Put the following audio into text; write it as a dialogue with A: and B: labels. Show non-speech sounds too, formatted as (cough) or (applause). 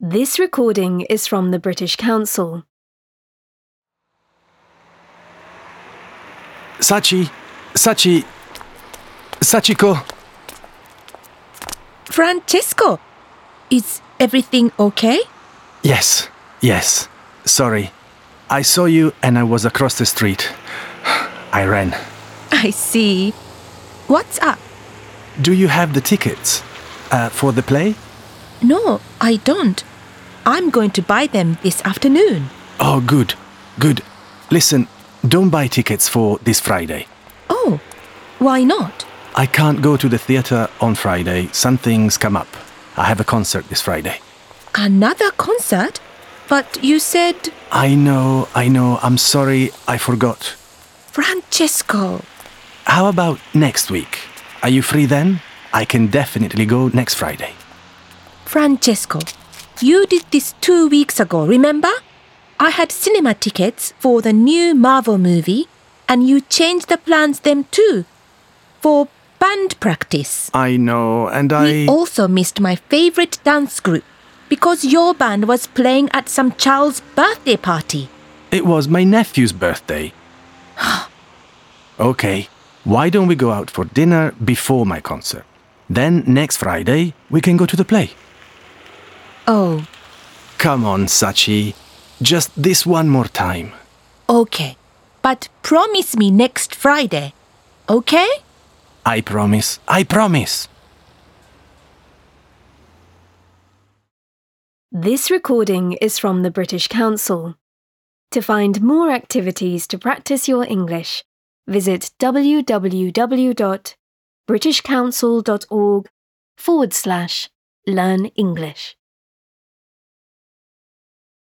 A: This recording is from the British Council.
B: Sachi, Sachi, Sachiko.
C: Francesco, is everything okay?
B: Yes, yes. Sorry. I saw you and I was across the street. (sighs) I ran.
C: I see. What's up?
B: Do you have the tickets uh, for the play?
C: No, I don't. I'm going to buy them this afternoon.
B: Oh, good, good. Listen, don't buy tickets for this Friday.
C: Oh, why not?
B: I can't go to the theatre on Friday. Something's come up. I have a concert this Friday.
C: Another concert? But you said
B: I know, I know. I'm sorry, I forgot.
C: Francesco.
B: How about next week? Are you free then? I can definitely go next Friday.
C: Francesco, you did this two weeks ago, remember? I had cinema tickets for the new Marvel movie, and you changed the plans then too for band practice.
B: I know, and I.
C: We also missed my favorite dance group because your band was playing at some child's birthday party.
B: It was my nephew's birthday. okay, why don't we go out for dinner before my concert? Then next Friday, we can go to the play.
C: Oh,
B: Come on, Sachi. Just this one more time.
C: okay. But promise me next Friday, okay?
B: I promise. I promise.
A: This recording is from the British Council. To find more activities to practice your English, visit www.britishcouncil.org forward slash learn English.